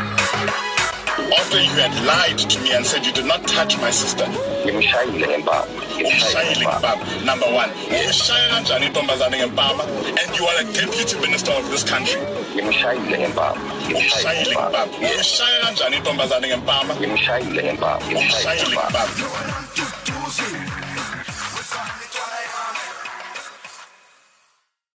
After you had lied to me and said you did not touch my sister. ngimshayile ngempama Shayile ngempama, number one. Uyishaya kanjani intombazane ngempama? And you are a deputy minister of this country. ngimshayile ngempama Shayile ngempama. Uyishaya kanjani intombazane ngempama? ngimshayile ngempama ngimshayile Shayile ngempama ngempama.